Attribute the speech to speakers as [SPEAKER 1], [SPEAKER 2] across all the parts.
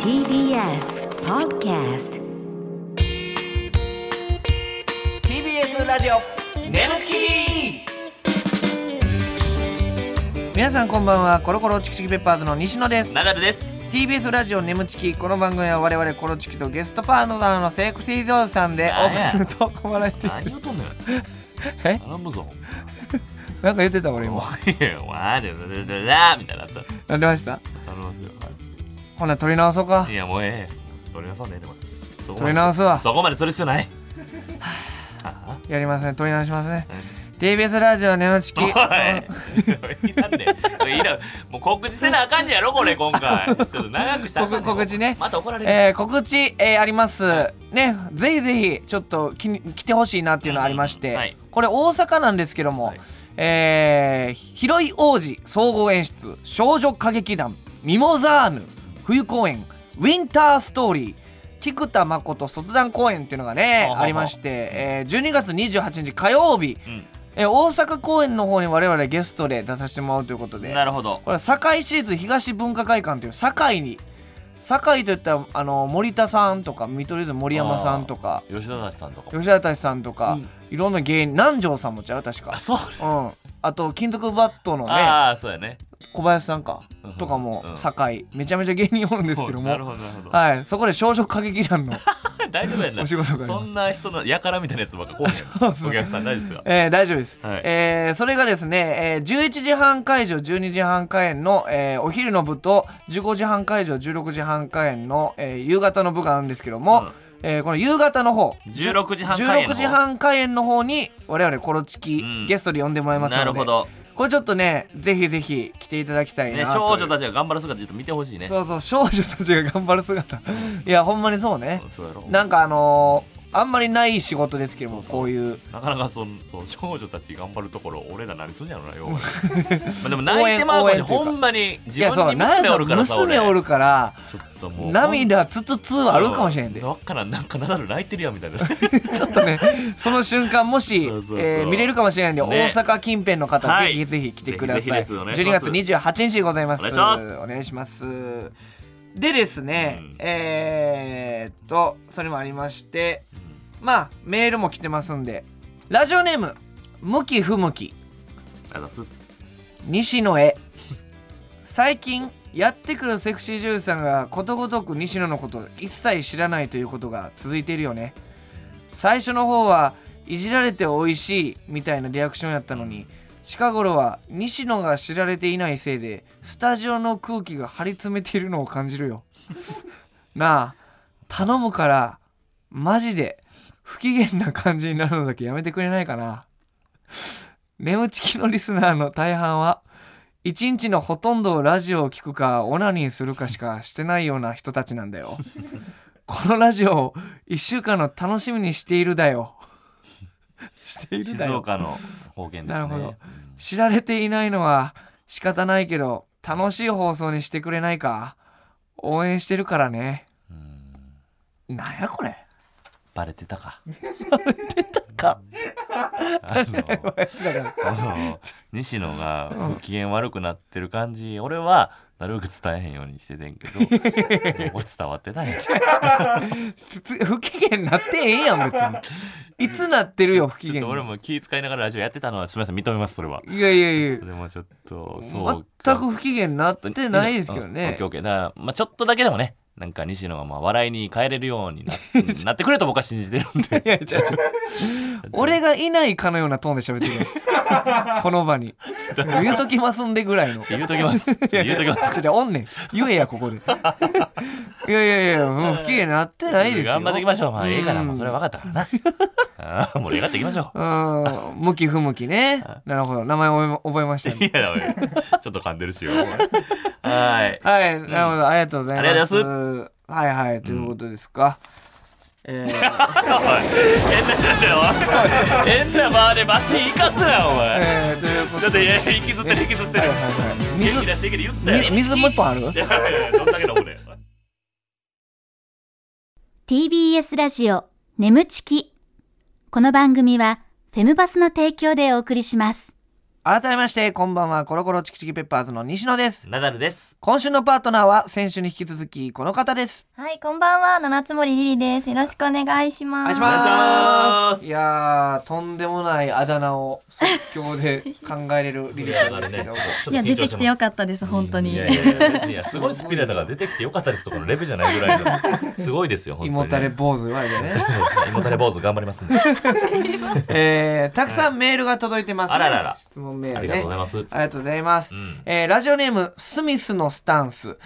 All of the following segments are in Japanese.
[SPEAKER 1] TBS Podcast
[SPEAKER 2] TBS ラジオ
[SPEAKER 3] ネムチキ
[SPEAKER 2] 皆さんこんばんはコロコロチキチキペッパーズの西野です
[SPEAKER 3] ナダルです。
[SPEAKER 2] TBS ラジオネムチキこの番組は我々コロチキとゲストパートナーのセクシーゾーンさんでオ
[SPEAKER 3] あ
[SPEAKER 2] フすると困られて
[SPEAKER 3] 何をとんねん。
[SPEAKER 2] え
[SPEAKER 3] 頼むぞ。
[SPEAKER 2] なんか言ってた俺
[SPEAKER 3] も
[SPEAKER 2] 今
[SPEAKER 3] ういいよ。わーでだだだだーみたいになった。
[SPEAKER 2] なんでました
[SPEAKER 3] 頼むぞ。
[SPEAKER 2] ほな撮り直そうか
[SPEAKER 3] いやもうええ。取り直そうねでも。そこまで
[SPEAKER 2] 撮り直すわ
[SPEAKER 3] そこまでする必要ない。は
[SPEAKER 2] やりますね撮り直しますね
[SPEAKER 3] あ
[SPEAKER 2] TBS ラジオネムチキ
[SPEAKER 3] おい いらんでそれいらんもう告知せなあかんねやろ これ今回ちょっと長くしたらあかん
[SPEAKER 2] 告告知ね
[SPEAKER 3] また怒られる、
[SPEAKER 2] えー告知、えーあります、ねぜひぜひちょっときに来てほしいなっていうのありまして、
[SPEAKER 3] うんうんはい
[SPEAKER 2] これ大阪なんですけども、
[SPEAKER 3] はい
[SPEAKER 2] えー広い王子総合演出少女歌劇団ミモザーヌ冬公演ウィンターストーリー菊田誠卒団公演っていうのがね
[SPEAKER 3] ははは
[SPEAKER 2] ありまして、えー12月28日火曜日、
[SPEAKER 3] うん
[SPEAKER 2] えー大阪公演の方に我々ゲストで出させてもらうということで
[SPEAKER 3] なるほど
[SPEAKER 2] これは堺市立東文化会館という堺に堺といったらあの森田さんとか見取り図の森山さんとか
[SPEAKER 3] 吉田達さんとかも
[SPEAKER 2] 吉田達さんとか、
[SPEAKER 3] うん
[SPEAKER 2] いろんな芸人南條さんもちゃう確か
[SPEAKER 3] あそう
[SPEAKER 2] うんあと金属バットのね
[SPEAKER 3] ああそうやね
[SPEAKER 2] 小林さんか
[SPEAKER 3] うん
[SPEAKER 2] とかも
[SPEAKER 3] うん
[SPEAKER 2] 堺めちゃめちゃ芸人おるんですけど
[SPEAKER 3] ほう なる
[SPEAKER 2] も
[SPEAKER 3] ほどなるほど
[SPEAKER 2] はいそこで少女歌劇団の
[SPEAKER 3] 大丈夫やんな
[SPEAKER 2] お仕事がありま
[SPEAKER 3] そ
[SPEAKER 2] す
[SPEAKER 3] んな人のやからみたいなやつばっかこう やんお客さん大丈夫ですよ
[SPEAKER 2] えー大丈夫です、
[SPEAKER 3] はい
[SPEAKER 2] えーそれがですね、えー11時半会場12時半開演の、えーお昼の部と15時半会場16時半開演の、えー夕方の部があるんですけども、
[SPEAKER 3] うん
[SPEAKER 2] えーこの夕方の方
[SPEAKER 3] 16時半開演の
[SPEAKER 2] 16
[SPEAKER 3] 方
[SPEAKER 2] 時半開演の方に我々コロチキ、
[SPEAKER 3] うん
[SPEAKER 2] ゲストで呼んでも らいますので
[SPEAKER 3] なるほど、
[SPEAKER 2] これちょっとねぜひぜひ来ていただきたい
[SPEAKER 3] ね、
[SPEAKER 2] な
[SPEAKER 3] 少
[SPEAKER 2] という
[SPEAKER 3] 女たちが頑張る姿ちょっと見てほしいね
[SPEAKER 2] そうそう少女たちが頑張る姿いやほんまにそうね
[SPEAKER 3] うんそうやろな
[SPEAKER 2] なんかあのーあんまりない仕事ですけども
[SPEAKER 3] そうそう
[SPEAKER 2] こういう
[SPEAKER 3] かなかそのそう少女たち頑張るところ俺ら何すんやろ なよまあでも泣いてまう
[SPEAKER 2] 応
[SPEAKER 3] の
[SPEAKER 2] 援
[SPEAKER 3] に
[SPEAKER 2] 応援というか
[SPEAKER 3] ほんまに
[SPEAKER 2] い
[SPEAKER 3] 自
[SPEAKER 2] やそう
[SPEAKER 3] 分に娘おるからさ
[SPEAKER 2] なん
[SPEAKER 3] 俺
[SPEAKER 2] 娘おるから
[SPEAKER 3] ちょっともう
[SPEAKER 2] 涙つつつあるかもしれんで、
[SPEAKER 3] うわっからんなんかナダル泣いてるやんみた いな
[SPEAKER 2] ちょっとねその瞬間もし
[SPEAKER 3] そうそうそう
[SPEAKER 2] えー見れるかもしれないんで、
[SPEAKER 3] ね
[SPEAKER 2] 大阪近辺の方、
[SPEAKER 3] はい
[SPEAKER 2] ぜひぜひ来てください
[SPEAKER 3] ぜひぜひですお願いし
[SPEAKER 2] 12
[SPEAKER 3] ます
[SPEAKER 2] 月28日でございます
[SPEAKER 3] お願いします
[SPEAKER 2] お願いしますでですね、
[SPEAKER 3] うん
[SPEAKER 2] えー、っとそれもありましてまあメールも来てますんでラジオネーム向き不向き
[SPEAKER 3] あのす
[SPEAKER 2] 西野へ最近やってくるセクシー女優さんがことごとく西野のことを一切知らないということが続いているよね最初の方はいじられて美味しいみたいなリアクションやったのに近頃は西野が知られていないせいでスタジオの空気が張り詰めているのを感じるよ なあ頼むからマジで不機嫌な感じになるのだけやめてくれないかな眠ちきのリスナーの大半は一日のほとんどをラジオを聞くかオナニーするかしかしてないような人たちなんだよこのラジオを1週間の楽しみにしているだよ している
[SPEAKER 3] 静
[SPEAKER 2] だよ
[SPEAKER 3] 岡の方言ですね
[SPEAKER 2] なるほど知られていないのは仕方ないけど楽しい放送にしてくれないか応援してるからね
[SPEAKER 3] うん
[SPEAKER 2] なんやこれ
[SPEAKER 3] バレて たか
[SPEAKER 2] か
[SPEAKER 3] あの
[SPEAKER 2] だから
[SPEAKER 3] あの西野がご機嫌悪くなってる感じ俺はなるべく伝えへんようにしてて んけどもう伝わってないち
[SPEAKER 2] つつ不機嫌なってええやん別にいつなってるよ不機
[SPEAKER 3] ょっ
[SPEAKER 2] 嫌
[SPEAKER 3] と俺も気遣いながらラジオやってたのはすみません認めますそれはい
[SPEAKER 2] やいやいや
[SPEAKER 3] でもちょっとそう
[SPEAKER 2] 全く不機嫌なってないですけど
[SPEAKER 3] うんオッ
[SPEAKER 2] ね
[SPEAKER 3] ケーオッケーだから、まあ、ちょっとだけでもねなんか西野がまあ笑いに変えれるようにな なってくれると僕は信じてるんで
[SPEAKER 2] いや違う違う俺がいないかのようなトーンで喋って るよこの場に言うときますんでぐらいの
[SPEAKER 3] 言うときます言うときます
[SPEAKER 2] ちょちょおんねん言えやここ でいやいやいやもう不機嫌なってないですよ
[SPEAKER 3] 頑張っていきましょうまあええから
[SPEAKER 2] うん
[SPEAKER 3] もうそれは分かったから なああ盛り上がっていきましょう
[SPEAKER 2] うーん向き不向きねなるほど名前覚えま覚えました
[SPEAKER 3] い
[SPEAKER 2] ね
[SPEAKER 3] やだめちょっと噛んでるしよはい
[SPEAKER 2] はいなるほどありがとうございます
[SPEAKER 3] ありがとう
[SPEAKER 2] はいはいということですか、えー
[SPEAKER 3] 変な社長変なバーでマシン生かすなお前
[SPEAKER 2] えーということ
[SPEAKER 3] ちょっといや引きずってる引きずって
[SPEAKER 2] はい
[SPEAKER 3] る
[SPEAKER 2] はいはい
[SPEAKER 3] 元気
[SPEAKER 2] 水
[SPEAKER 3] 出していける言ったやろ
[SPEAKER 2] み水もう一本ある
[SPEAKER 3] いやいやいやどんだけの俺
[SPEAKER 1] TBS ラジオ眠ちきこの番組はフェムバスの提供でお送りします
[SPEAKER 2] 改めましてこんばんはコロコロチキチキペッパーズの西野です
[SPEAKER 3] ナダルです。
[SPEAKER 2] 今週のパートナーは先週に引き続きこの方です
[SPEAKER 4] はい、こんばんは、七つ森りりです。よろしくお願いし
[SPEAKER 2] お
[SPEAKER 4] ま
[SPEAKER 2] 願い
[SPEAKER 4] す。
[SPEAKER 2] します
[SPEAKER 3] お願いします
[SPEAKER 2] いやーとんでもないあだ名を即興で考えれるリリちゃんですけ ど
[SPEAKER 4] いや、出てきてよかったです、本当に。
[SPEAKER 3] いやいやいや別にいやすごいスピラだから出てきてよかったですとこのレベルじゃないぐらいのすごいですよ本
[SPEAKER 2] 胃
[SPEAKER 3] 当に
[SPEAKER 2] もたれ坊主言われてね
[SPEAKER 3] 胃もたれ坊主頑張りますんで
[SPEAKER 2] えー、たくさんメールが届いてます、
[SPEAKER 3] あららら
[SPEAKER 2] 質問メー
[SPEAKER 3] あ
[SPEAKER 2] ル
[SPEAKER 3] り
[SPEAKER 2] ね
[SPEAKER 3] がとうございます
[SPEAKER 2] ありがとうございます。
[SPEAKER 3] うん
[SPEAKER 2] えーラジオネーム、スミスのスタンス。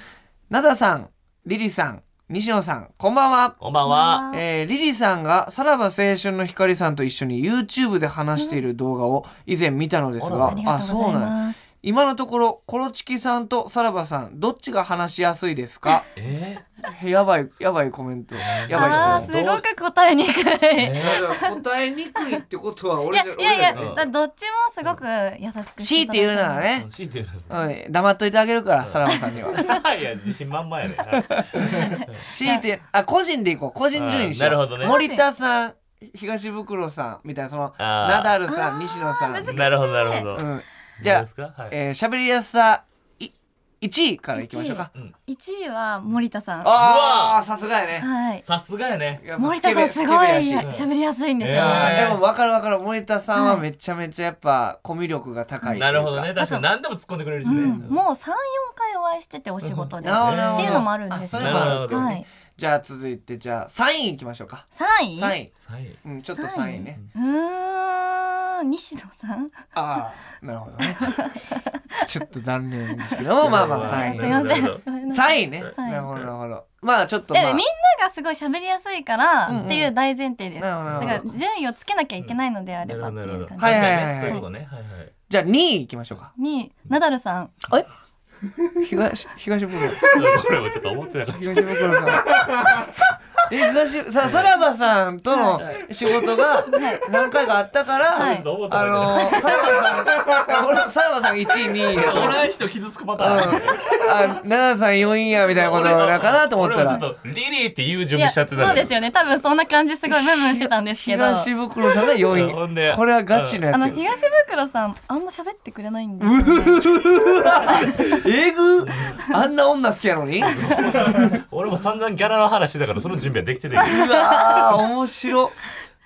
[SPEAKER 2] ナダさん、リリさん、西野さん、こんばんは。
[SPEAKER 3] こんばんは
[SPEAKER 2] えーリリさんがさらば青春の光さんと一緒に YouTube で話している動画を以前見たのですが、
[SPEAKER 3] あら
[SPEAKER 4] ありがとうござ
[SPEAKER 2] ん
[SPEAKER 4] い
[SPEAKER 2] や
[SPEAKER 4] ます。
[SPEAKER 2] 今のところコロチキさんとさらばさんどっちが話しやすいですか
[SPEAKER 3] え
[SPEAKER 2] へやばいやばいコメントやばい
[SPEAKER 4] ああー、
[SPEAKER 2] 質
[SPEAKER 4] す
[SPEAKER 2] 問
[SPEAKER 4] ごく答えにく
[SPEAKER 3] ー
[SPEAKER 4] い。い
[SPEAKER 3] え
[SPEAKER 2] だから答えにくいってことは俺
[SPEAKER 4] や
[SPEAKER 2] じゃ
[SPEAKER 4] いやいや、
[SPEAKER 2] 俺らじゃ
[SPEAKER 4] だどっちもすごく優しく
[SPEAKER 2] 強
[SPEAKER 4] し
[SPEAKER 2] い
[SPEAKER 4] ただ
[SPEAKER 2] て言う
[SPEAKER 4] た
[SPEAKER 2] なら
[SPEAKER 3] ー
[SPEAKER 2] ね
[SPEAKER 3] 強いて言う
[SPEAKER 2] うん、黙っといてあげるからさらばさんには
[SPEAKER 3] なら いや自信満々やね
[SPEAKER 2] 強いてあ個人でいこう個人順位にしよう
[SPEAKER 3] あーなるほどね
[SPEAKER 2] 森田さん東袋さんみたいなその
[SPEAKER 3] あー
[SPEAKER 2] ナダルさん西野さん、う
[SPEAKER 3] なるほどなるほど
[SPEAKER 2] ん、じゃ
[SPEAKER 3] どうですかは
[SPEAKER 2] あ
[SPEAKER 3] い
[SPEAKER 2] えー喋、りやすさい1位からいきましょうか
[SPEAKER 4] 一位は森田さん。は
[SPEAKER 2] ああさすがやね
[SPEAKER 4] い。
[SPEAKER 3] さすがやね
[SPEAKER 2] やっぱ
[SPEAKER 4] 森
[SPEAKER 2] スケ
[SPEAKER 4] 田
[SPEAKER 2] ベ
[SPEAKER 4] さんすごい
[SPEAKER 2] スケベやし
[SPEAKER 4] 喋りやすいんですよ。
[SPEAKER 3] いや
[SPEAKER 2] あ
[SPEAKER 3] ー
[SPEAKER 2] ーでも分かる分かる森田さんはめちゃめちゃやっぱコミュ力が高いというか
[SPEAKER 3] なるほどね確かに何でも突っ込んでくれるし
[SPEAKER 4] う
[SPEAKER 3] ね
[SPEAKER 4] ん、もう三四回お会いしててお仕事で、
[SPEAKER 2] なるほどなるほど
[SPEAKER 4] っていうのもあるんです
[SPEAKER 2] あ
[SPEAKER 4] よ。
[SPEAKER 2] それもあ
[SPEAKER 3] なる
[SPEAKER 2] る
[SPEAKER 3] ほど
[SPEAKER 4] はい。
[SPEAKER 2] じゃあ続いてじゃあ3位いきましょうか
[SPEAKER 4] 三位。
[SPEAKER 2] 3位、
[SPEAKER 3] さい
[SPEAKER 2] うん、ちょっと3位ね
[SPEAKER 4] うーん、西野さん。
[SPEAKER 2] ああなるほど ねちょっと残念ですけどもまあまあ3位
[SPEAKER 4] すいま
[SPEAKER 3] な
[SPEAKER 4] せ
[SPEAKER 3] るほど
[SPEAKER 4] ん。ごめんなさい
[SPEAKER 2] 3位ね、
[SPEAKER 4] はい
[SPEAKER 2] なるほどなるほどまあちょっと
[SPEAKER 4] いや
[SPEAKER 2] まあ
[SPEAKER 4] みんながすごい喋りやすいから
[SPEAKER 2] うんうん
[SPEAKER 4] っていう大前提です。
[SPEAKER 2] なるほどな
[SPEAKER 4] だ
[SPEAKER 2] るほ
[SPEAKER 4] か
[SPEAKER 2] ど
[SPEAKER 4] ら順位をつけなきゃいけないのであればって
[SPEAKER 3] なる
[SPEAKER 4] い
[SPEAKER 3] ほ
[SPEAKER 4] う
[SPEAKER 3] ど
[SPEAKER 4] 感じ。
[SPEAKER 2] はい
[SPEAKER 3] 確
[SPEAKER 2] は
[SPEAKER 3] か
[SPEAKER 2] い
[SPEAKER 3] に
[SPEAKER 2] はい
[SPEAKER 3] ねそういうことねはいはい
[SPEAKER 2] じゃあ2位いきましょうか
[SPEAKER 4] に位ナダルさん。
[SPEAKER 2] え東東袋
[SPEAKER 3] これもちょっと思ってなか った
[SPEAKER 2] 東袋さん え東ささらばさんとの仕事が何回かあったから、
[SPEAKER 4] はい
[SPEAKER 3] ちょっと思ってな
[SPEAKER 2] あ
[SPEAKER 3] か
[SPEAKER 2] のー、さらばさん俺さらばさん1位2位や
[SPEAKER 3] った
[SPEAKER 2] と思
[SPEAKER 3] お
[SPEAKER 2] っ
[SPEAKER 3] らん人傷つくパタ
[SPEAKER 2] た
[SPEAKER 3] ーン
[SPEAKER 2] あ奈々さん4位やみたいなことだかなと思った
[SPEAKER 3] 俺
[SPEAKER 2] ら
[SPEAKER 3] もちょっとリリーって言う準備
[SPEAKER 4] いや
[SPEAKER 3] しちゃってた
[SPEAKER 4] そうですよね。多分そんな感じすごいムンムンしてたんですけど。あ
[SPEAKER 2] 東袋さんが4位
[SPEAKER 3] ほんで
[SPEAKER 2] これはガチのやつ
[SPEAKER 4] の
[SPEAKER 2] よ
[SPEAKER 4] 東袋さんあんま喋ってくれないんですよね。
[SPEAKER 2] えぐあんな女好きやのに
[SPEAKER 3] 俺も散々ギャラの話してたからその準備はできてて、
[SPEAKER 2] うわー面白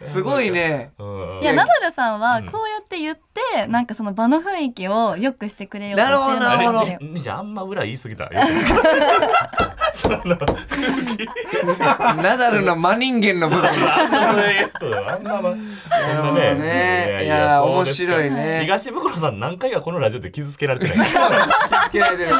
[SPEAKER 2] すごいね
[SPEAKER 3] うん
[SPEAKER 4] いやナダルさんは
[SPEAKER 3] うん
[SPEAKER 4] こうやって言ってなんかその場の雰囲気を良くしてくれようと
[SPEAKER 2] なるほど
[SPEAKER 4] してるん
[SPEAKER 2] な
[SPEAKER 4] で
[SPEAKER 2] るほ
[SPEAKER 4] すよ
[SPEAKER 2] ど。
[SPEAKER 3] みじゃんあんま裏言い過ぎたよその空気
[SPEAKER 2] ナダルの真人間の部分
[SPEAKER 3] あんまそういうやつあんま
[SPEAKER 2] な
[SPEAKER 3] ま
[SPEAKER 2] る
[SPEAKER 3] ほ
[SPEAKER 2] ほ
[SPEAKER 3] ん
[SPEAKER 2] ど
[SPEAKER 3] で
[SPEAKER 2] ねいや
[SPEAKER 3] そう
[SPEAKER 2] 面
[SPEAKER 3] です
[SPEAKER 2] 白いね
[SPEAKER 3] 東袋さん何回かこのラジオで傷つけられて ない
[SPEAKER 2] 嫌いでる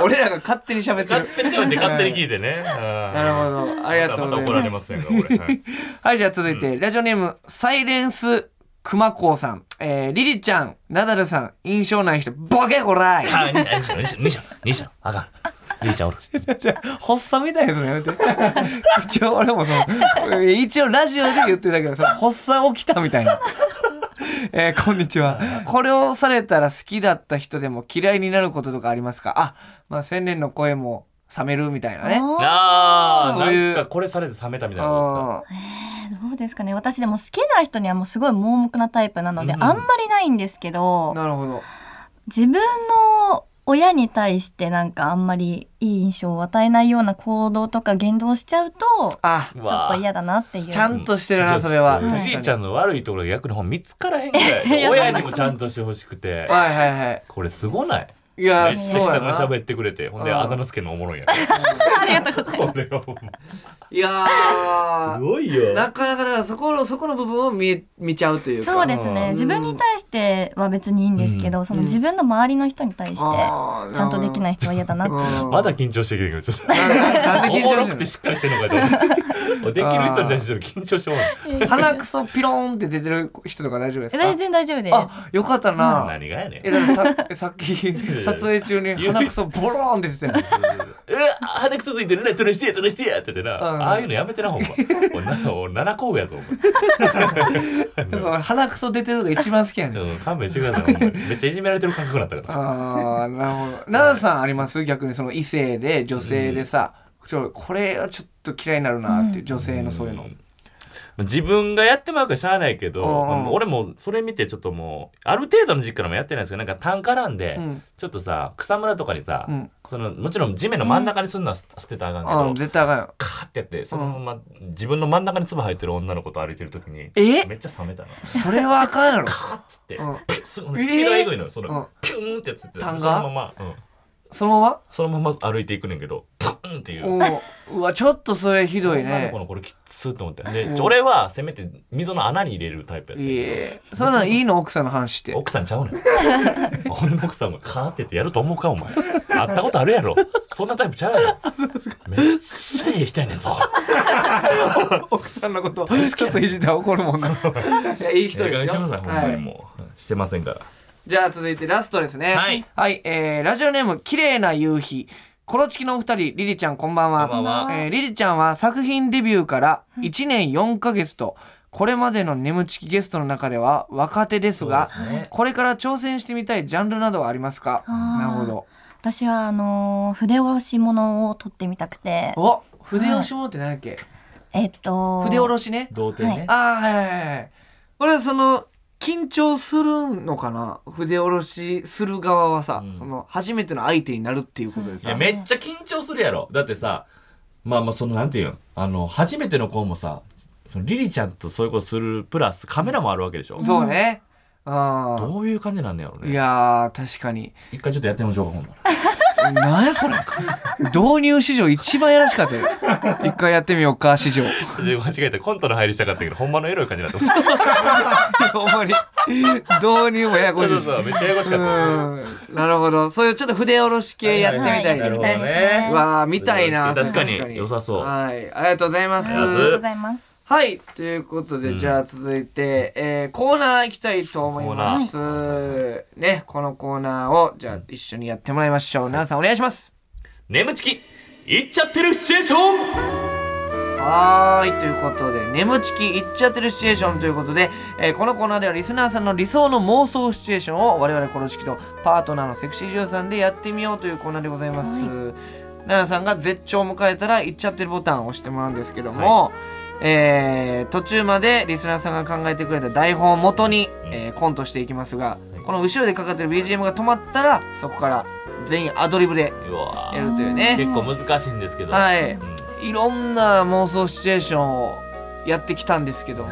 [SPEAKER 2] 俺らが勝手に喋ってる
[SPEAKER 3] 勝手にって勝手に聞いて
[SPEAKER 2] な
[SPEAKER 3] ね
[SPEAKER 2] る
[SPEAKER 3] な
[SPEAKER 2] ほどありがとうござい
[SPEAKER 3] 怒られ
[SPEAKER 2] ま
[SPEAKER 3] ますすやんか俺はい
[SPEAKER 2] はいじゃあ続いてラジオネームサイレンス熊子さんえーリリちゃんナダルさん印象ない人ボケこらい
[SPEAKER 3] あ兄ちゃん兄ちゃん兄ちゃん兄ちゃんあかん兄 ちゃんおる
[SPEAKER 2] 発作みたいなのやめて 一応俺もその一応ラジオで言ってたけどさ発作起きたみたいなえーこんにちはこれをされたら好きだった人でも嫌いになることとかありますかあまあ千年の声も冷めるみたいなね
[SPEAKER 4] あー
[SPEAKER 3] あ
[SPEAKER 2] そういう
[SPEAKER 3] ーなんかこれされて冷めたみたいなことですか
[SPEAKER 2] あ
[SPEAKER 4] どうですかね私でも好きな人にはもうすごい盲目なタイプなので、
[SPEAKER 3] うん
[SPEAKER 4] あんまりないんですけ
[SPEAKER 2] ー
[SPEAKER 4] ど
[SPEAKER 2] なるほど
[SPEAKER 4] 自分の親に対してなんかあんまりいい印象を与えないような行動とか言動をしちゃうと
[SPEAKER 2] あ
[SPEAKER 3] う
[SPEAKER 4] ちょっ
[SPEAKER 3] わ
[SPEAKER 4] と
[SPEAKER 3] ー
[SPEAKER 4] 嫌だなっていう
[SPEAKER 2] ちゃんとしてるなそれは
[SPEAKER 3] ちょっと
[SPEAKER 2] はい
[SPEAKER 3] じいちゃんの悪いところが逆にほんま見つからへんぐ
[SPEAKER 4] い
[SPEAKER 3] らい
[SPEAKER 4] や
[SPEAKER 3] 親にもちゃんとしてほしくて
[SPEAKER 2] はいはいはい
[SPEAKER 3] これすごない
[SPEAKER 2] いや
[SPEAKER 3] め
[SPEAKER 2] ー
[SPEAKER 3] っちゃ
[SPEAKER 2] そう
[SPEAKER 3] 北
[SPEAKER 2] やな
[SPEAKER 3] 村喋ってくれてほんで
[SPEAKER 2] うん
[SPEAKER 3] あだ名つけんのおもろいやん
[SPEAKER 4] ありがとうございます
[SPEAKER 3] これはほん
[SPEAKER 2] いや
[SPEAKER 3] ま
[SPEAKER 2] ー
[SPEAKER 3] すごいよ
[SPEAKER 2] なかなかだからそこのそこの部分を見見ちゃうというか
[SPEAKER 4] そうです
[SPEAKER 2] うん
[SPEAKER 4] ね自分に対しては別にいいんですけど、その自分の周りの人に対してちゃ
[SPEAKER 2] あー
[SPEAKER 4] んとできない人は嫌だなっていう
[SPEAKER 2] うん
[SPEAKER 3] まだ緊張してきてるけどちょっと
[SPEAKER 2] なんで緊張し
[SPEAKER 3] お
[SPEAKER 2] て
[SPEAKER 3] も
[SPEAKER 2] る
[SPEAKER 3] ろくてしっかりしてるのか とできる人に対してちょっと緊張してもら
[SPEAKER 2] 鼻くそピローンって出てる人とか大丈夫です
[SPEAKER 4] え
[SPEAKER 2] か
[SPEAKER 4] 全然大丈夫です
[SPEAKER 2] あよかった
[SPEAKER 3] う
[SPEAKER 2] な
[SPEAKER 3] 何がやねん
[SPEAKER 2] え
[SPEAKER 3] う
[SPEAKER 2] だからささっき
[SPEAKER 3] や
[SPEAKER 2] 撮影中に鼻くそボローンって出てる
[SPEAKER 3] わ鼻くそついてるねトレしてやトレしてやっててな
[SPEAKER 2] うん
[SPEAKER 3] ああいうのやめてなほんま俺な俺7工具やぞ
[SPEAKER 2] やっぱ鼻くそ出てるのが一番好きや
[SPEAKER 3] お
[SPEAKER 2] ねん
[SPEAKER 3] 前うん勘弁してくださいほんまにめっちゃいじめられてる感覚になったからさ
[SPEAKER 2] あーなるほど奈々さんあります逆にその異性で女性でさちょこれはちょっと嫌いになるなっていう女性のそういうの
[SPEAKER 3] ん自分がやってまうからしゃあないけど、
[SPEAKER 2] うんうん
[SPEAKER 3] まあ俺もそれ見てちょっともうある程度の時期からもやってないんですけどなんか単価なんで、
[SPEAKER 2] うん
[SPEAKER 3] ちょっとさ草むらとかにさ、
[SPEAKER 2] うん
[SPEAKER 3] そのもちろん地面の真ん中にすんのは捨捨てたらあか
[SPEAKER 2] あ
[SPEAKER 3] んけど、
[SPEAKER 2] 絶対あかんよ
[SPEAKER 3] カーってやってそのまま自分の真ん中に唾入ってる女の子と歩いてる時に
[SPEAKER 2] え
[SPEAKER 3] めっちゃ冷めたな。
[SPEAKER 2] それはあかんやろ
[SPEAKER 3] カーッつって、
[SPEAKER 2] うん
[SPEAKER 3] ピュッすスピードがエグいのよその、
[SPEAKER 2] うん
[SPEAKER 3] ピューンってやつって
[SPEAKER 2] 単が
[SPEAKER 3] そのまま、うん
[SPEAKER 2] そのま
[SPEAKER 3] そのまま歩いていくねんけどプーンっていう。
[SPEAKER 2] まおうわちょっとそれひどい
[SPEAKER 3] 女の
[SPEAKER 2] ね
[SPEAKER 3] 子のこれきつーと思ってで、
[SPEAKER 2] うん
[SPEAKER 3] 俺はせめて溝の穴に入れるタイプやっ
[SPEAKER 2] いえそんなんいいの奥さんの話して
[SPEAKER 3] 奥さんちゃうねん 俺の奥さんがカーってやってやると思うかお前会ったことあるやろそんなタイプちゃうやろめっちゃええ人やねんぞ
[SPEAKER 2] 奥さんのことちょっといじったら怒るもん ないやいい人
[SPEAKER 3] ええ加減
[SPEAKER 2] で
[SPEAKER 3] に
[SPEAKER 2] すよ
[SPEAKER 3] してくださいほんまにもう、してませんから
[SPEAKER 2] じゃあ続いてラストですね
[SPEAKER 3] はい、
[SPEAKER 2] えーラジオネーム綺麗な夕日コロチキのお二人リリちゃんこんばんは
[SPEAKER 3] こんばんは
[SPEAKER 2] えーリリちゃんは作品デビューから1年4ヶ月と、これまでの眠ちきゲストの中では若手ですが
[SPEAKER 3] そうですね
[SPEAKER 2] これから挑戦してみたいジャンルなどはありますか
[SPEAKER 4] あー
[SPEAKER 2] なるほど
[SPEAKER 4] 私はあのー筆下ろし物を取ってみたくて
[SPEAKER 2] お筆下ろしもって何やっけ、
[SPEAKER 4] えっと
[SPEAKER 2] 筆下ろしね
[SPEAKER 3] 童貞ね、
[SPEAKER 2] ああはいはいはいこれはその緊張するのかな筆下ろしする側はさ、
[SPEAKER 3] うん
[SPEAKER 2] その初めての相手になるっていうことで
[SPEAKER 3] い
[SPEAKER 2] さ
[SPEAKER 3] やめっちゃ緊張するやろだってさまあまあそのなんていうのあの初めての子もさそのリリちゃんとそういうことするプラスカメラもあるわけでしょ、
[SPEAKER 2] そうね。うん。
[SPEAKER 3] どういう感じなんだろう
[SPEAKER 2] い
[SPEAKER 3] ね
[SPEAKER 2] やー、確かに。
[SPEAKER 3] 一回ちょっとやってみましょうかほんなら
[SPEAKER 2] なんやそれ。導入史上一番やらしかったよ。一回やってみようか、史上。
[SPEAKER 3] 間違えたコントの入りしたかったけどほんまのエロい感じになってました
[SPEAKER 2] ほんまに。導入もややこしいし。
[SPEAKER 3] めっちゃややこし
[SPEAKER 2] う
[SPEAKER 3] かっ
[SPEAKER 2] ん。なるほど。そういうちょっと筆下ろし系やってみ
[SPEAKER 4] はい
[SPEAKER 2] たい
[SPEAKER 4] やってみ
[SPEAKER 2] ね。
[SPEAKER 4] たいですね
[SPEAKER 2] うわー、みたいな。
[SPEAKER 3] 確かに良さそう
[SPEAKER 2] はい。ありがとうございます。
[SPEAKER 3] ありがとうござ
[SPEAKER 4] あ
[SPEAKER 3] いま
[SPEAKER 4] りがとうございます
[SPEAKER 2] はい、ということで、じゃあ続いて、えーコーナー行きたいと思います。ね、このコーナーを、じゃあ一緒にやってもらいましょう。皆さんお願いします。
[SPEAKER 3] た眠ちきいっちゃってるシチュエーション
[SPEAKER 2] はーいということで「眠ちきいっちゃってるシチュエーション」ということで、えーこのコーナーではリスナーさんの理想の妄想シチュエーションを我々コロチキとパートナーのセクシージュさんでやってみようというコーナーでございます。奈々さんが絶頂を迎えたら「いっちゃってる」ボタンを押してもらうんですけども、えー途中までリスナーさんが考えてくれた台本を元に、
[SPEAKER 3] うん
[SPEAKER 2] えーコントしていきますが、
[SPEAKER 3] い
[SPEAKER 2] この後ろでかかってる BGM が止まったらそこから全員アドリブで
[SPEAKER 3] うわ
[SPEAKER 2] や
[SPEAKER 3] ー
[SPEAKER 2] るというね。
[SPEAKER 3] 結構難しいんですけど
[SPEAKER 2] はい
[SPEAKER 3] うん
[SPEAKER 2] いろんな妄想シチュエーションをやってきたんですけども、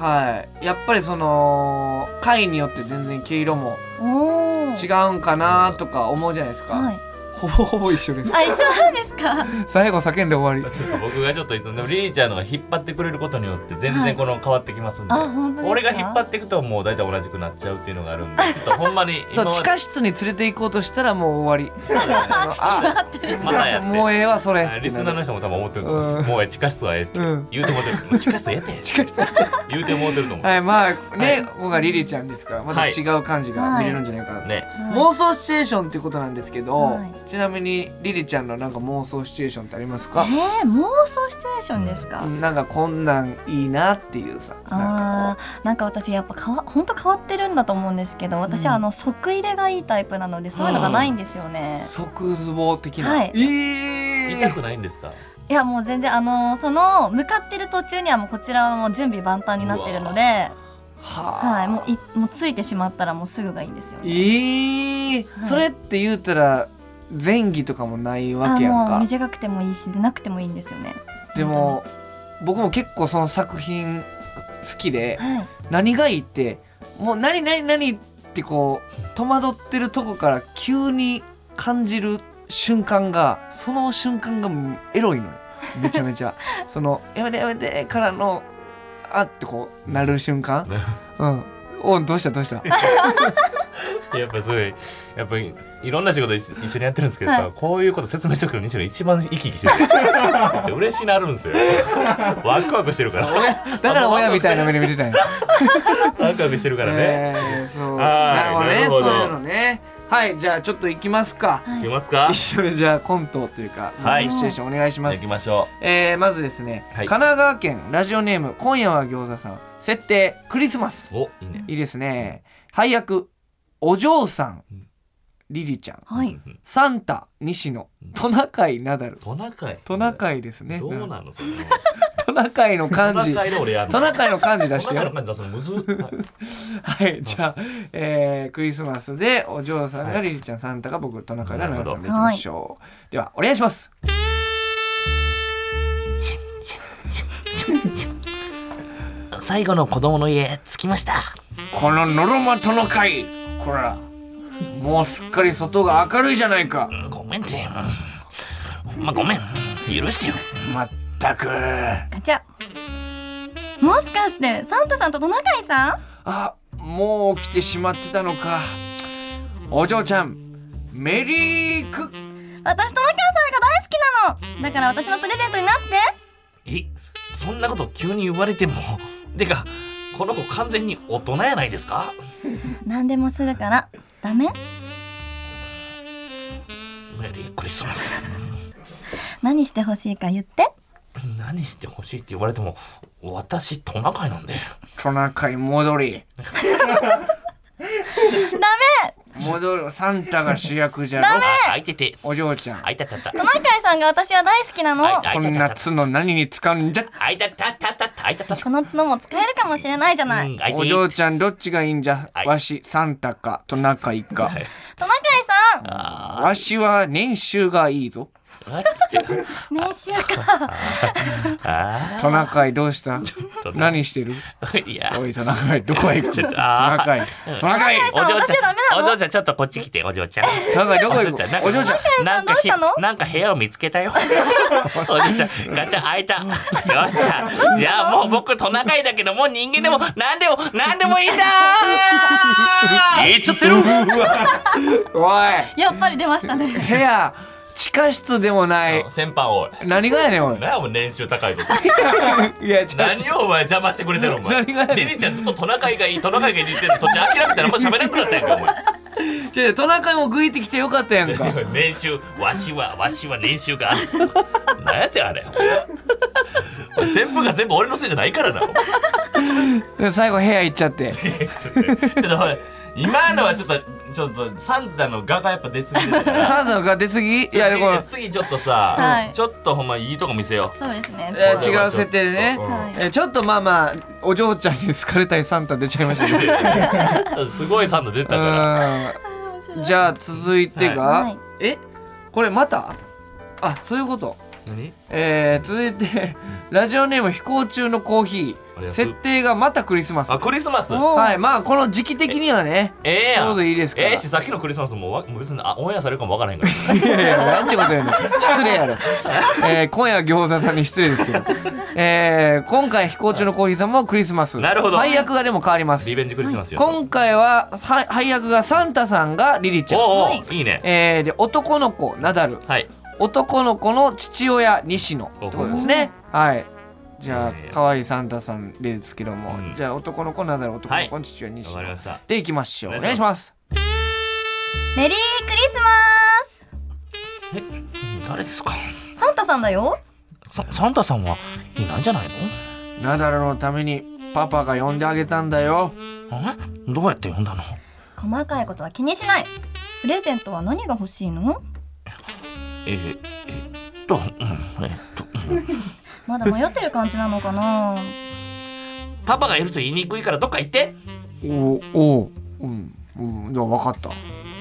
[SPEAKER 2] は
[SPEAKER 4] はい
[SPEAKER 2] やっぱりその回によって全然毛色も
[SPEAKER 4] いおお
[SPEAKER 2] 違うんかなとか思うじゃないですか、
[SPEAKER 4] はい
[SPEAKER 2] ほぼほぼ一緒 です
[SPEAKER 4] あ一緒なんですか
[SPEAKER 2] 最後叫んで終わ
[SPEAKER 3] ちょっと僕がちょっといつもでもリリーちゃんのが引っ張ってくれることによって全
[SPEAKER 4] は
[SPEAKER 3] 然
[SPEAKER 4] い
[SPEAKER 3] この変わってきますんで、
[SPEAKER 4] あ本当ですか
[SPEAKER 3] 俺が引っ張っていくともう大体同じくなっちゃうっていうのが あるんでちょっとほんまに
[SPEAKER 2] そ
[SPEAKER 3] 今
[SPEAKER 2] う
[SPEAKER 3] ま
[SPEAKER 2] 地
[SPEAKER 3] で
[SPEAKER 2] 下室に連れて行こうとしたらもう終わりあ
[SPEAKER 3] またやって
[SPEAKER 2] もうええわそれ
[SPEAKER 3] あリスナーの人も多分思ってると思います、
[SPEAKER 2] うん
[SPEAKER 3] もうええ地下室はええって
[SPEAKER 2] うん
[SPEAKER 3] 言うてもうて るもう地下室ええって地下室言うてもうてると思う、
[SPEAKER 2] はいまあね、僕はリリちゃんですからまた違う感じが見れるんじゃないかなと、
[SPEAKER 3] ね
[SPEAKER 2] 妄想シチュエーションってことなんですけど、
[SPEAKER 4] はい
[SPEAKER 2] ちなみにリリちゃんのなんか妄想シチュエーションってありますか、
[SPEAKER 4] えー、妄想シチュエーションですか、
[SPEAKER 2] なんかこんなんいいなっていうさなん
[SPEAKER 4] あ
[SPEAKER 2] か
[SPEAKER 4] ーなんか私やっぱかわ本当変わってるんだと思うんですけど私
[SPEAKER 2] うん
[SPEAKER 4] はあの即入れがいいタイプなのでそういうのがないんですよ
[SPEAKER 2] こう
[SPEAKER 4] ね、
[SPEAKER 2] 即ズボ的な、
[SPEAKER 4] はい
[SPEAKER 2] えー
[SPEAKER 3] 痛くないんですか
[SPEAKER 4] いやもう全然あのその向かってる途中にはもうこちらはもう準備万端になってるので
[SPEAKER 2] はあ
[SPEAKER 4] はいもういもうついてしまったらもうすぐがいいんですよ、ね、
[SPEAKER 2] えー
[SPEAKER 4] はい
[SPEAKER 2] それって言うたら前儀とかもないわ
[SPEAKER 4] あ
[SPEAKER 2] けやん
[SPEAKER 4] もう
[SPEAKER 2] か
[SPEAKER 4] 短くてもいいしなくてもいいんですよね
[SPEAKER 2] でも僕も結構その作品好きで
[SPEAKER 4] はい
[SPEAKER 2] 何がいいってもう何何何ってこう戸惑ってるとこから急に感じる瞬間がその瞬間がもうエロい のよめちゃめちゃその「やめてやめて」からの「あ」ってこうなる瞬間
[SPEAKER 3] なる
[SPEAKER 2] うんおどうしたどう した
[SPEAKER 3] やっぱすごいやっぱりいろんな仕事一緒一緒にやってるんですけど、
[SPEAKER 4] はい
[SPEAKER 3] こういうこと説明してくる西野一番生き生きしてる嬉しいなるんですよワクワクしてるからワ
[SPEAKER 2] だから親みたいな目で見てたんや
[SPEAKER 3] クワクしてるからね、
[SPEAKER 2] えーそう
[SPEAKER 3] は
[SPEAKER 2] ないるほどね
[SPEAKER 3] な
[SPEAKER 2] そうい
[SPEAKER 3] るほど
[SPEAKER 2] うのねはいじゃあちょっと行きますか
[SPEAKER 3] いきますか
[SPEAKER 2] 一緒にじゃあコントというか、
[SPEAKER 3] はい
[SPEAKER 2] シチュエーションお願いしま
[SPEAKER 3] 行
[SPEAKER 2] す
[SPEAKER 3] きましょ
[SPEAKER 2] えーまずですね、
[SPEAKER 3] は
[SPEAKER 2] 神
[SPEAKER 3] い
[SPEAKER 2] 奈川県ラジオネーム今夜は餃子さん設定クリスマス
[SPEAKER 3] うおいいね
[SPEAKER 2] いいですね配役お嬢さん
[SPEAKER 3] うん
[SPEAKER 2] リリちゃん
[SPEAKER 4] はい
[SPEAKER 2] サンタ西野トナカイナダル
[SPEAKER 3] トナカイ
[SPEAKER 2] トナカイですね
[SPEAKER 3] どう
[SPEAKER 2] うん
[SPEAKER 3] なのそれ
[SPEAKER 2] トナカイの漢字
[SPEAKER 3] トナカイで俺やんの
[SPEAKER 2] トナカイの漢字出し
[SPEAKER 3] ト
[SPEAKER 2] て
[SPEAKER 3] ナカ
[SPEAKER 2] よ
[SPEAKER 3] イの感じ出すのむずっはい
[SPEAKER 2] はい、じゃあ、えークリスマスでお嬢さんがリリちゃん、サンタが僕、トナカイがナナさんでいきましょう。では、お願いします。
[SPEAKER 3] 最後の子供の家着きました
[SPEAKER 2] このノロマトナカイ、こら、もうすっかり外が明るいじゃないか。
[SPEAKER 3] ごめんてほんまごめん許してよ
[SPEAKER 2] まったく。
[SPEAKER 4] ガチャもしかしてサンタさんとトナカイさん
[SPEAKER 2] あ、もう起きてしまってたのか。お嬢ちゃん、メリーク
[SPEAKER 4] 私トナカイさんが大好きなのだから私のプレゼントになって
[SPEAKER 3] えそんなこと急に言われてもてかこの子完全に大人やないですか
[SPEAKER 4] 何でもするからダメ
[SPEAKER 3] メリークリスマス
[SPEAKER 4] 何してほしいか言って
[SPEAKER 3] 何してほしいって言われても私トナカイなんで
[SPEAKER 2] トナカイ戻り。
[SPEAKER 4] ダメ
[SPEAKER 2] 戻る。サンタが主役じゃろ。
[SPEAKER 3] あ開いてて
[SPEAKER 2] お嬢ちゃん、
[SPEAKER 3] 開いたったった
[SPEAKER 4] トナカイさんが私は大好きなの
[SPEAKER 3] はいはい
[SPEAKER 2] こんな角何に使うんじゃ
[SPEAKER 3] 開いたったったった開いたったった
[SPEAKER 4] この角も使えるかもしれないじゃない、
[SPEAKER 3] うん開いて
[SPEAKER 2] お嬢ちゃんどっちがいいんじゃ、
[SPEAKER 3] はい
[SPEAKER 2] わしサンタかトナカイか、
[SPEAKER 3] はい
[SPEAKER 4] トナカイさん
[SPEAKER 3] あ
[SPEAKER 2] わしは年収がいいぞ
[SPEAKER 3] ーあーって
[SPEAKER 4] 年収か
[SPEAKER 3] あ
[SPEAKER 2] トナカイどうした
[SPEAKER 3] ーちょっと
[SPEAKER 2] 何してる
[SPEAKER 3] いや
[SPEAKER 2] おいトナカイどこへ行くトナ
[SPEAKER 3] あー
[SPEAKER 2] カイトナカイ
[SPEAKER 3] お嬢ち
[SPEAKER 4] 私はダ
[SPEAKER 3] ゃ、
[SPEAKER 4] メなん
[SPEAKER 3] お
[SPEAKER 4] の
[SPEAKER 3] 嬢ちゃん、ちょっとこっち来て、お嬢ちゃん。
[SPEAKER 2] トナカイどこへ行
[SPEAKER 3] お嬢
[SPEAKER 2] く
[SPEAKER 3] ちゃん、なんか
[SPEAKER 2] お嬢ちゃん
[SPEAKER 3] なんか
[SPEAKER 4] どうしたの
[SPEAKER 3] ひなんか部屋を見つけたよ。お嬢ちゃん、ガチャ開いた。よっしゃ、じゃあもう僕トナカイだけど、もう人間でも、なんでも、なんでもいいんだー。言っちゃって る。
[SPEAKER 2] お
[SPEAKER 4] やっぱり出ましたね
[SPEAKER 2] い部屋地下室でもない
[SPEAKER 3] 先輩おい。
[SPEAKER 2] 何がやねんおい
[SPEAKER 3] 何やもう年収高いぞ。
[SPEAKER 2] いやちょ
[SPEAKER 3] 何をお前邪魔してくれてるのお前。
[SPEAKER 2] 何がやねん
[SPEAKER 3] リリちゃんずっとトナカイがい い、トナカイがいいって言ってるの途中諦めたらもう喋れなくなったやんか、お前。
[SPEAKER 2] ちょトナカイもグイってきてよかったやんか
[SPEAKER 3] 年収わしはわしは年収がある何やってあれ全部が全部俺のせいじゃないからなちょっ
[SPEAKER 2] で最後部屋行っちゃって
[SPEAKER 3] とちょっとほら今のはちょっとちょっとサンタの画がやっぱ出過ぎてるから
[SPEAKER 2] サンタが出過ぎいやでこの
[SPEAKER 3] 次ちょっとさ、
[SPEAKER 4] はい
[SPEAKER 3] ちょっとほんまいいとこ見せよ
[SPEAKER 4] そうですね
[SPEAKER 2] え
[SPEAKER 3] ー
[SPEAKER 2] 違う設定でね、
[SPEAKER 4] はい
[SPEAKER 2] えーちょっとまあまあお嬢ちゃんに好かれたいサンタ出ちゃいましたけ ど
[SPEAKER 3] うすごいサンタ出たから
[SPEAKER 2] うんじゃあ続いてが、
[SPEAKER 4] はいはい
[SPEAKER 2] えこれまたあそういうこと
[SPEAKER 3] 何
[SPEAKER 2] えー、続いて ラジオネーム飛行中のコーヒ
[SPEAKER 3] あり
[SPEAKER 2] ー
[SPEAKER 3] がとう
[SPEAKER 2] 設定がまたクリスマス
[SPEAKER 3] あクリスマス
[SPEAKER 4] おー
[SPEAKER 2] はいまあこの時期的にはね
[SPEAKER 3] ええやん
[SPEAKER 2] ちょうどいいですから
[SPEAKER 3] ええしさっきのクリスマスもわもう別にあオンエアされるかもわからへんから
[SPEAKER 2] いやいやなんちゅうことやねん失礼やろ、えー、今夜は餃子さんに失礼ですけど、えー、今回飛行中のコーヒーさんもクリスマス
[SPEAKER 3] なるほど
[SPEAKER 2] 配役がでも変わります
[SPEAKER 3] リベンジクリスマスよ
[SPEAKER 2] 今回はは配役がサンタさんがリリちゃん、
[SPEAKER 3] おうおう
[SPEAKER 4] はい
[SPEAKER 3] いいね
[SPEAKER 2] えーで男の子ナダル
[SPEAKER 3] はい
[SPEAKER 2] 男の子の父親西野ってことですねはいじゃあ
[SPEAKER 3] えー
[SPEAKER 2] 可愛いサンタさんですけども、
[SPEAKER 3] うん
[SPEAKER 2] じゃあ男の子ナダル男の子の父親
[SPEAKER 3] わ
[SPEAKER 2] 西野、
[SPEAKER 3] かりました
[SPEAKER 2] でいきましょうお
[SPEAKER 3] お
[SPEAKER 2] 願
[SPEAKER 3] 願
[SPEAKER 2] いし
[SPEAKER 3] いし
[SPEAKER 2] ます
[SPEAKER 4] メリークリスマス
[SPEAKER 3] え誰ですか
[SPEAKER 4] サンタさんだよ
[SPEAKER 3] ササンタさんはいないんじゃないの
[SPEAKER 2] ナダルのためにパパが呼んであげたんだよ
[SPEAKER 3] えどうやって呼んだの
[SPEAKER 4] 細かいことは気にしないプレゼントは何が欲しいの
[SPEAKER 3] えーえっと、うん、えっと、
[SPEAKER 4] まだ迷ってる感じなのかな
[SPEAKER 3] パパがいると言いにくいからどっか行って
[SPEAKER 2] おおうんうんじゃあ分かった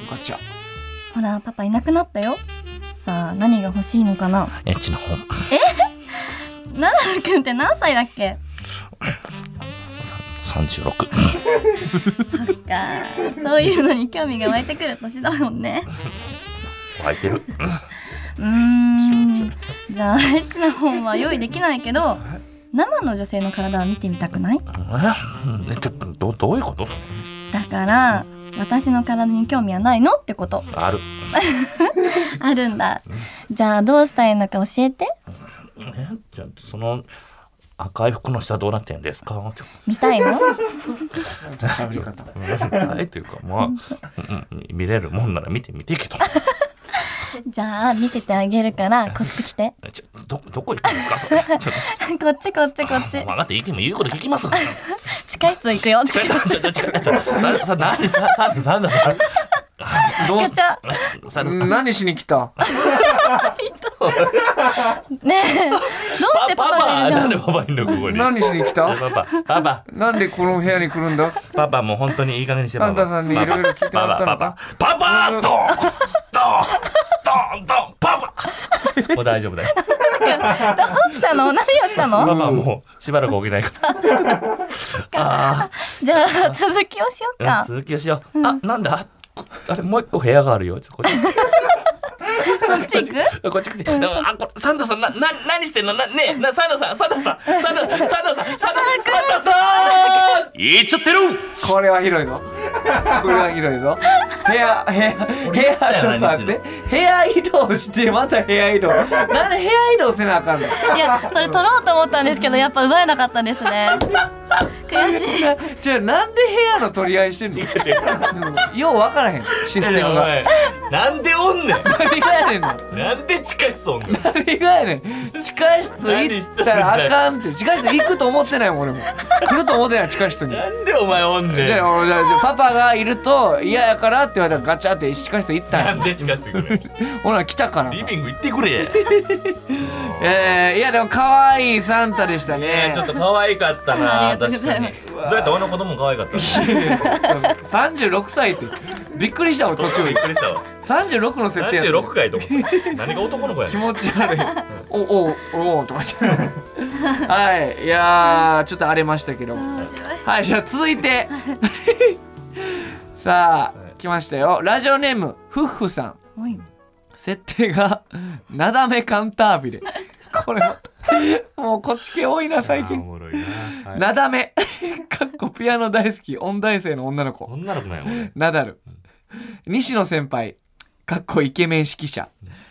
[SPEAKER 2] ガチャ
[SPEAKER 4] ほらパパいなくなったよさあ何が欲しいのかな
[SPEAKER 3] エッチな本
[SPEAKER 4] ナダルくんって何歳だっけ
[SPEAKER 3] 36
[SPEAKER 4] かそういうのに興味が湧いてくる年だもんね
[SPEAKER 3] 湧いてる
[SPEAKER 4] うーんじゃあエッチな本は用意できないけど生の女性の体を見てみたくない
[SPEAKER 3] えちょっとどどういうこと
[SPEAKER 4] だから私の体に興味はないのってこと
[SPEAKER 3] ある
[SPEAKER 4] あるんだじゃあどうしたいのか教えて
[SPEAKER 3] えじゃあその赤い服の下どうなってんですかちょ
[SPEAKER 4] 見たいの
[SPEAKER 2] 喋り 方
[SPEAKER 3] はいというかまあ、うんうん、見れるもんなら見てみていいけど
[SPEAKER 4] じゃあ見せてあげるからこっち来て
[SPEAKER 3] えちょどどこ行くんですかそれちょ
[SPEAKER 4] こっちこっちこっち
[SPEAKER 3] 分かって意見も言うこと聞きます
[SPEAKER 4] 地下室行くよって
[SPEAKER 3] ちょちょちょちょちょちょなさなんでさなんでなんだろうどう
[SPEAKER 4] ガチャ
[SPEAKER 3] さ
[SPEAKER 2] うん何しに来た
[SPEAKER 4] ねえどうして
[SPEAKER 3] パ
[SPEAKER 4] パパ
[SPEAKER 3] パ
[SPEAKER 4] 出るじゃ
[SPEAKER 3] なん
[SPEAKER 4] ん
[SPEAKER 3] でパパいんのここに
[SPEAKER 2] 何しに来た
[SPEAKER 3] パパパパ
[SPEAKER 2] なんでこの部屋に来るんだ
[SPEAKER 3] パパもう本当にいい加減にして
[SPEAKER 2] サ
[SPEAKER 3] パ
[SPEAKER 2] ン
[SPEAKER 3] パ
[SPEAKER 2] タさんにいろいろ聞いてもらったのか
[SPEAKER 3] パパパパパパドンドンドンドンパパもう大丈夫だよ
[SPEAKER 4] どうしたの何をした
[SPEAKER 3] パパ
[SPEAKER 4] の
[SPEAKER 3] もうしばらく起きないから
[SPEAKER 4] じゃあ続きをしよ
[SPEAKER 3] う
[SPEAKER 4] う
[SPEAKER 3] ん
[SPEAKER 4] か
[SPEAKER 3] 続きをしようあなんだあれもう一個部屋があるよちょっとこっち
[SPEAKER 4] こっち行く
[SPEAKER 3] こっち来て、あ、これ、サンタさん、な、な、何してんの、な、ねえ、な、サンタさん、サンタさん、サンタ、サンタさん、サンタ、サンタさん。言っちゃってる。
[SPEAKER 2] これは広いぞこれは広いぞ部屋部屋部屋ちょっと待って部屋移動してまた部屋移動なんで部屋移動せなあかんの
[SPEAKER 4] いやそれ取ろうと思ったんですけどやっぱ奪えなかったんですね悔しい
[SPEAKER 2] じゃあなんで部屋の取り合いしてんのうんよう分からへんシステムが
[SPEAKER 3] なんでおんね
[SPEAKER 2] 何がやねんの
[SPEAKER 3] ん。なんで地下室おんねん。
[SPEAKER 2] 何がやねん地下室行ったらあかんって地下室行くと思ってないもん俺も来ると思ってない地下室に
[SPEAKER 3] なんでお前おん
[SPEAKER 2] じ
[SPEAKER 3] ね
[SPEAKER 2] ゃ
[SPEAKER 3] ん。
[SPEAKER 2] あ俺じゃあパパがいると嫌やからって言われたらガチャって地下室行ったん
[SPEAKER 3] な
[SPEAKER 2] や
[SPEAKER 3] んで地下室来る。
[SPEAKER 2] ほら来たから
[SPEAKER 3] リビング行ってくれ。
[SPEAKER 2] えー、いやでも可愛いサンタでした
[SPEAKER 3] ね
[SPEAKER 2] ね
[SPEAKER 3] え、ちょっと可愛かった
[SPEAKER 4] あ
[SPEAKER 3] な、
[SPEAKER 4] りがとう
[SPEAKER 3] 確
[SPEAKER 4] ご
[SPEAKER 3] か
[SPEAKER 4] ざい
[SPEAKER 3] に
[SPEAKER 4] ま。
[SPEAKER 3] どうやって俺の子供も可愛かったの。
[SPEAKER 2] 36歳ってびっくりしたもん途中
[SPEAKER 3] びっくりしたわ。
[SPEAKER 2] 36の設
[SPEAKER 3] 三
[SPEAKER 2] 定や
[SPEAKER 3] 十
[SPEAKER 2] った
[SPEAKER 3] 六回と思った。何が男の子や
[SPEAKER 2] 気
[SPEAKER 3] ねん。
[SPEAKER 2] 持ち 悪いおおおおとか言ってはいいやーちょっと荒れましたけど
[SPEAKER 4] 面白い
[SPEAKER 2] はいじゃあ続いて さあ来ましたよラジオネームフッフさん
[SPEAKER 4] おい
[SPEAKER 2] 設定が 「なだめカンタービレ」これももうこっち系多いな最
[SPEAKER 3] あーお
[SPEAKER 2] 近
[SPEAKER 3] もろいな。はい
[SPEAKER 2] なだめ かっこピアノ大好き音大生の女の子
[SPEAKER 3] 女の子なんや、俺。
[SPEAKER 2] ナダル西野先輩かっこイケメン指揮者、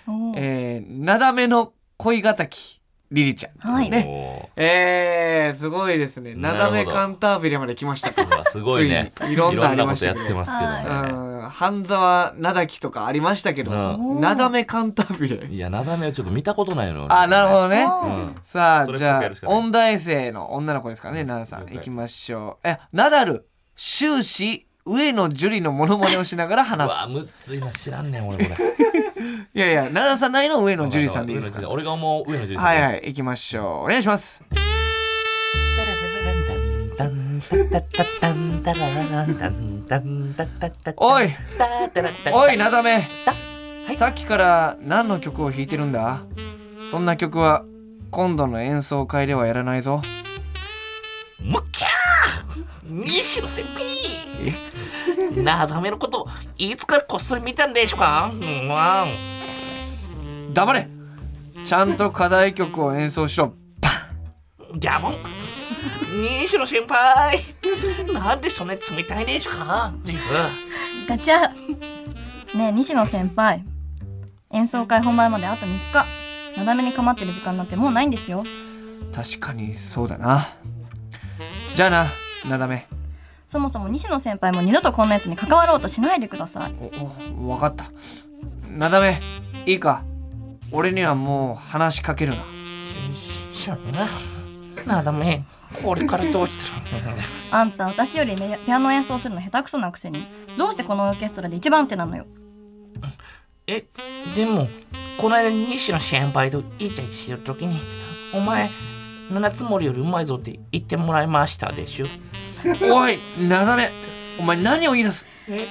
[SPEAKER 4] おう
[SPEAKER 2] えー、なだめの恋敵リリちゃん、
[SPEAKER 4] は い
[SPEAKER 2] ね
[SPEAKER 3] ね。
[SPEAKER 2] えー、すごいですね
[SPEAKER 3] な
[SPEAKER 2] な
[SPEAKER 3] るほ
[SPEAKER 2] だ
[SPEAKER 3] ど
[SPEAKER 2] めカンタービレまで来ましたか
[SPEAKER 3] うわすごいね。
[SPEAKER 2] ついにいろんなありましたね
[SPEAKER 3] いろんなことやってますけどね。
[SPEAKER 2] うん半沢なだきとかありましたけど
[SPEAKER 3] う
[SPEAKER 2] なだめカンタービレ
[SPEAKER 3] いや、なだめはちょっと見たことないの。
[SPEAKER 2] あなるほどね
[SPEAKER 4] おう
[SPEAKER 3] うん。
[SPEAKER 2] さ
[SPEAKER 3] そ
[SPEAKER 2] あ
[SPEAKER 3] れ
[SPEAKER 2] じゃ
[SPEAKER 3] 僕や
[SPEAKER 2] あ
[SPEAKER 3] るしかない
[SPEAKER 2] 音大生の女の子ですからねナダさん
[SPEAKER 3] 了解
[SPEAKER 2] いきましょうえナダル終始上野樹里のモノマネをしながら
[SPEAKER 3] う
[SPEAKER 2] 話す
[SPEAKER 3] わ、むっついな、知らんねん、俺、こ
[SPEAKER 2] いやいやナダさんないの上野
[SPEAKER 3] れ。
[SPEAKER 2] 樹里さんでいいです
[SPEAKER 3] 上野樹
[SPEAKER 2] か
[SPEAKER 3] 里俺が思う上野樹里さん。
[SPEAKER 2] はいはい、行きましょう。お願いします。おい、おい、なだめ。さっきから何の曲を弾いてるんだそんな曲は今度の演奏会ではやらないぞ。
[SPEAKER 3] むっきゃー西野先輩なだめのこと、いつからこっそり見たんでしょうかうんわん
[SPEAKER 2] 黙れちゃんと課題曲を演奏しろ。
[SPEAKER 3] ギャボン西野先輩なんでそんなに冷たいでしょうかジーフ
[SPEAKER 4] ガチャねえ西野先輩演奏会本番まであと3日なだめに構ってる時間なんてもうないんですよ
[SPEAKER 2] 確かにそうだな。じゃあな、なだめ。
[SPEAKER 4] そもそも西野先輩も二度とこんなやつに関わろうとしないでください
[SPEAKER 2] おお、わかった。なだめ、いいか。俺にはもう話しかけるな。
[SPEAKER 3] しょうがななだめこれからどうする
[SPEAKER 4] あんた私よりめピアノ演奏するの下手くそなくせにどうしてこのオーケストラで一番手なのよ
[SPEAKER 3] えでもこの間西野先輩とイチャイチャしてる時に「お前七つ森よりうまいぞ」って言ってもらいましたでしょ
[SPEAKER 2] おい、なだめ、お前何を言い出す
[SPEAKER 4] え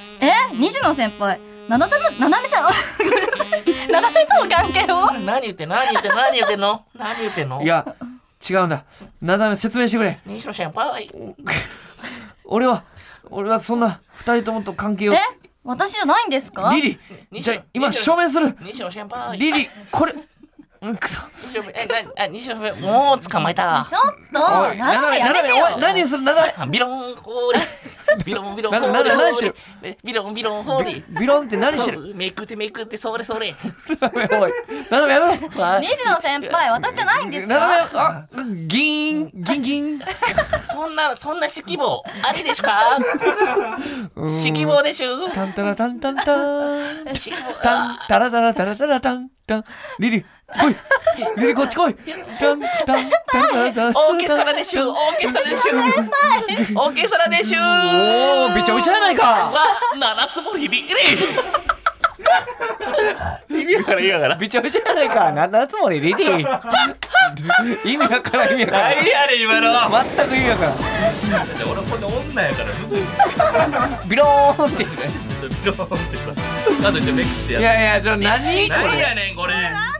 [SPEAKER 4] 西野先輩なだめなだめた なだめとの関係を
[SPEAKER 3] 何言ってんの何言ってんの何言ってんの何言ってんの
[SPEAKER 2] いや、違うんだ。なだめ、説明してくれ。
[SPEAKER 3] 西野先輩
[SPEAKER 2] 俺は、俺はそんな二人ともと関係を
[SPEAKER 4] え。私じゃないんですか
[SPEAKER 2] リリ、
[SPEAKER 3] 西
[SPEAKER 2] じ
[SPEAKER 3] 野
[SPEAKER 2] ゃあ今証明する。
[SPEAKER 3] 西野先輩
[SPEAKER 2] リリ、これ。うんくそ。
[SPEAKER 3] 西野先輩えなあ西野先輩もう捕まえ た
[SPEAKER 4] ちょっとなだめやめて
[SPEAKER 2] おい、
[SPEAKER 4] よ
[SPEAKER 2] 何する、なだめ。
[SPEAKER 3] ビロンホーリービロンビロンホー
[SPEAKER 2] な
[SPEAKER 3] リ
[SPEAKER 2] な
[SPEAKER 3] ー
[SPEAKER 2] 何してる
[SPEAKER 3] ビロンビロンホーリー
[SPEAKER 2] ビロンって何してる。
[SPEAKER 3] めくってめくってそれそれ
[SPEAKER 2] なだめ、おい。なだめ、やめろ。
[SPEAKER 4] 西野先輩私じゃないんです
[SPEAKER 2] なだめ
[SPEAKER 4] か、
[SPEAKER 2] あ、ギーン、ギンギ ン。
[SPEAKER 3] そんな、そんな指揮棒、あ りでしゅか指揮棒でしゅ
[SPEAKER 2] タンタラタンタンタン。
[SPEAKER 3] 指揮棒
[SPEAKER 2] タン、タラタラタラタラタンタン。リリ、来いリリこっち来いタンタンタンタン
[SPEAKER 3] オーケストラ練習オーケストラ練習オーケストラ練習
[SPEAKER 2] おーびちゃびちゃやないか
[SPEAKER 3] わ七つもビビ り意味わからん意味わからん
[SPEAKER 2] びちゃびちゃやないか七つもりリリー意味わからん意味わからん
[SPEAKER 3] 何やねん今の
[SPEAKER 2] 全く意味わからん
[SPEAKER 3] 俺これ女やからむずい
[SPEAKER 2] ビローンって言ってた
[SPEAKER 3] ビローンってさあとじゃめくっ
[SPEAKER 2] い
[SPEAKER 3] てや
[SPEAKER 2] やいやちょ何こ
[SPEAKER 3] 何
[SPEAKER 2] れ
[SPEAKER 3] やねんこれ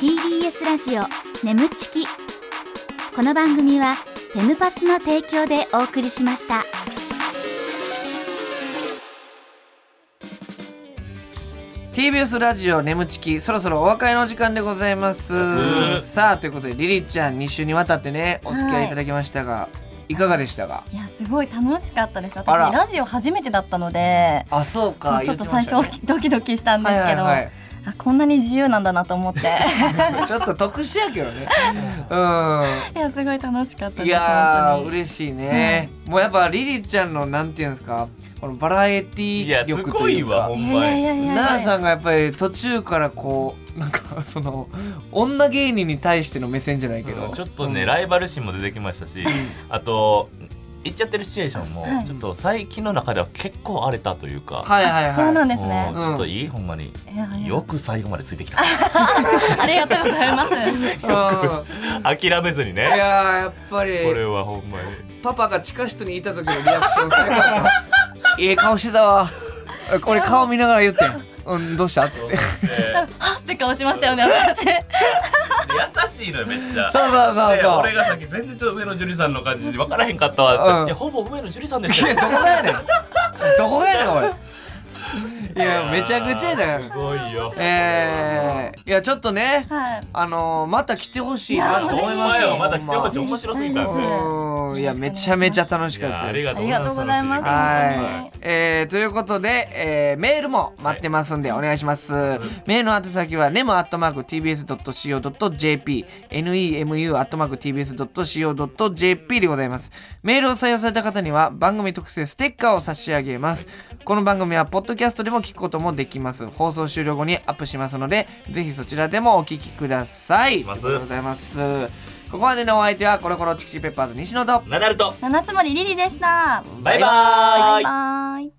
[SPEAKER 1] TBS ラジオ眠ちきこの番組はフェムパスの提供でお送りしました
[SPEAKER 2] ティービ TBS ラジオ眠ちきそろそろお別れの時間でございます
[SPEAKER 3] うん
[SPEAKER 2] さあということでリリーちゃん2週にわたってねお付き合いいただきましたがいかがでしたか
[SPEAKER 4] いやすごい楽しかったです
[SPEAKER 2] あら
[SPEAKER 4] 私ラジオ初めてだったので
[SPEAKER 2] あそう
[SPEAKER 4] そ
[SPEAKER 2] か
[SPEAKER 4] うちょっと最初ドキドキしたんですけど、
[SPEAKER 2] はい
[SPEAKER 4] あこんなに自由なんだなと思っ て
[SPEAKER 2] はいはい、 ちょっと特殊やけどねうん
[SPEAKER 4] いやすごい楽しかったです
[SPEAKER 2] いや
[SPEAKER 4] 本
[SPEAKER 2] ー
[SPEAKER 4] 当に
[SPEAKER 2] 嬉しいね、もうやっぱリリーちゃんのなんていうんですかこのバラエティ
[SPEAKER 3] いや
[SPEAKER 2] ー
[SPEAKER 3] す
[SPEAKER 2] 力
[SPEAKER 3] ご
[SPEAKER 2] とい
[SPEAKER 3] いうわ
[SPEAKER 2] か
[SPEAKER 3] ほんま
[SPEAKER 4] いやい
[SPEAKER 3] に
[SPEAKER 4] やいやい
[SPEAKER 2] 奈々
[SPEAKER 4] や
[SPEAKER 2] さんがやっぱり途中からこうなんかその女芸人に対しての目線じゃないけど、
[SPEAKER 3] ちょっとねライバル心も出てきましたしあと言っちゃってるシチュエーションも
[SPEAKER 4] はい
[SPEAKER 3] ちょっと最近の中では結構荒れたというか
[SPEAKER 2] はいはいはい
[SPEAKER 4] そうなん
[SPEAKER 2] で
[SPEAKER 4] ですね
[SPEAKER 3] もうちょっといいほんまに
[SPEAKER 4] いやいや
[SPEAKER 3] よく最後までついてきた
[SPEAKER 4] ありがとうございます
[SPEAKER 2] すよ
[SPEAKER 3] 諦めずに
[SPEAKER 2] いやー
[SPEAKER 3] ね
[SPEAKER 2] やっぱり
[SPEAKER 3] これはほんまに
[SPEAKER 2] パパが地下室にいた時のリアクション最高だ ったええ顔してたわこれ顔見ながら言ってんうんどうしたって言って
[SPEAKER 4] あって顔しましたよね私
[SPEAKER 3] 優しいのよめっちゃ
[SPEAKER 2] そうそうそう
[SPEAKER 3] で
[SPEAKER 2] そう
[SPEAKER 3] 俺がさっき全然ちょっと上野樹里さんの感じで分からへんかったわ、
[SPEAKER 2] うん
[SPEAKER 3] いやほぼ上野樹里さんで
[SPEAKER 2] い
[SPEAKER 3] す
[SPEAKER 2] や
[SPEAKER 3] よ
[SPEAKER 2] ど こがやねんどこがやねんおいいやめちゃくちゃだ
[SPEAKER 3] す
[SPEAKER 2] よ
[SPEAKER 3] ごいよ
[SPEAKER 2] えー、いやちょっとね
[SPEAKER 4] はい
[SPEAKER 2] あのー、また来てほしいなと
[SPEAKER 3] どう
[SPEAKER 2] 思い
[SPEAKER 3] い
[SPEAKER 2] ま
[SPEAKER 3] ます
[SPEAKER 2] よ
[SPEAKER 3] よまた来てほしい
[SPEAKER 4] ほんま
[SPEAKER 3] 面白すぎた
[SPEAKER 4] ほんま
[SPEAKER 2] うんいやめちゃめちゃ楽し
[SPEAKER 3] い
[SPEAKER 2] かった
[SPEAKER 3] やあ
[SPEAKER 2] で
[SPEAKER 3] り
[SPEAKER 2] す
[SPEAKER 3] がとう
[SPEAKER 4] ありがとうございます
[SPEAKER 2] はい、えー、ということで、えー、メールも待ってますんでお願いします、メールの宛先は nemu.tbs.co.jp nemu.tbs.co.jp でございますメールを採用された方には番組特製ステッカーを差し上げますこの番組はポッドキャストでも聞くこともできます放送終了後にアップしますのでぜひそちらでもお聞きください
[SPEAKER 3] します
[SPEAKER 2] ありがとうございますここまでのお相手はコロコロチキチキペッパーズ西野と
[SPEAKER 3] ナダルと
[SPEAKER 4] 七つ森リリでした
[SPEAKER 3] バイバーイ
[SPEAKER 4] バイバイ